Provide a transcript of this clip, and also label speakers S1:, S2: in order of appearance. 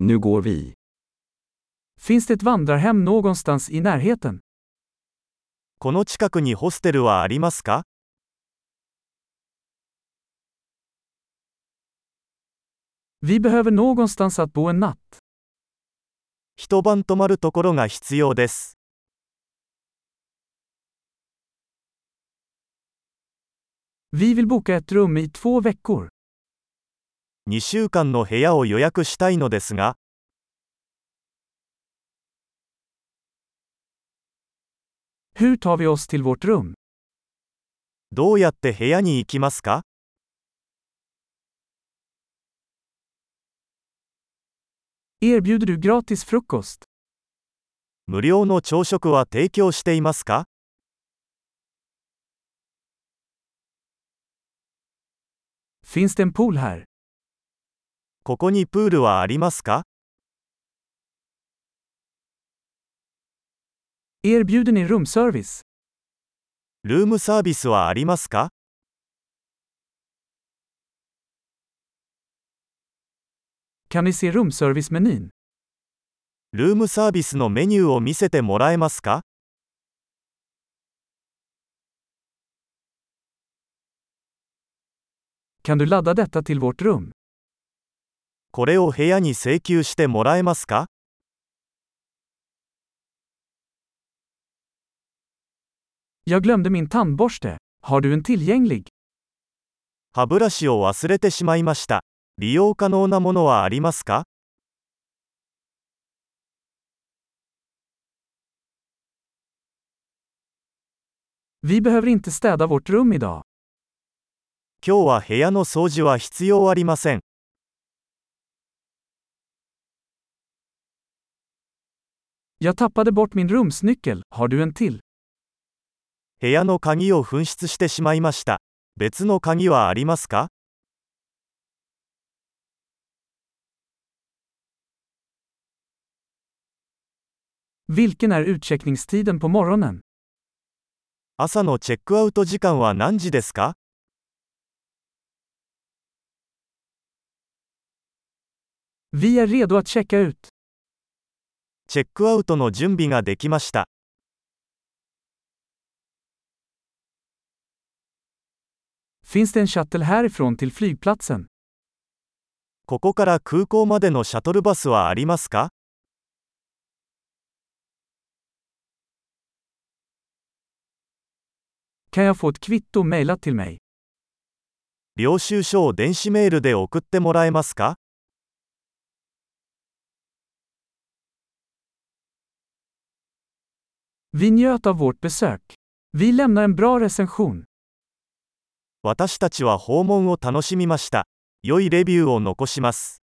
S1: Nu går vi.
S2: Finns det ett vandrarhem någonstans i närheten?
S3: この近くにホステルはありますか
S2: Vi behöver någonstans att bo en natt.
S3: 一晩泊まるところが必要です。
S2: Vi vill boka ett rum i två veckor.
S3: 2週間の部屋を予約したいのですが、
S2: Hur tar vi oss till vårt rum?
S3: どうやって部屋に行きますか
S2: Erbjuder du gratis frukost?
S3: 無料の朝食は提供していますか
S2: Finns det en pool här?
S3: ここにプールはありますか
S2: Erbjuder ni rumservice?
S3: ルームサービスはありますか
S2: Kan ni se rumservice-menyn?
S3: ルームサービスのメニューを見せてもらえますか
S2: Kan du ladda detta till vårt rum?
S3: これを部屋に請求してもらえますか
S2: Jag glömde min tandborste. Har du en tillgänglig?
S3: 歯ブラシを忘れてしまいました。利用可能なものはありますか
S2: Vi behöver inte städa vårt rum idag.
S3: 今日は部屋の掃除は必要ありません。
S2: Jag tappade bort min rumsnyckel. Har du en till?
S3: 部屋の鍵を紛失してしまいました。別の鍵はありますか
S2: Vilken är utcheckningstiden på morgonen?
S3: 朝のチェックアウト時間は何時ですか
S2: Vi är redo att checka ut.
S3: チェックアウトの準備ができました。
S2: Finns det en shuttle härifrån till flygplatsen?
S3: ここから空港までのシャトルバスはありますか
S2: Kan jag få ett kvitto mejlat till mig?
S3: 領収書を電子メールで送ってもらえますか
S2: Vi njöt av vårt besök. Vi lämnar en bra recension.
S3: 私たちは訪問を楽しみました。良いレビューを残します。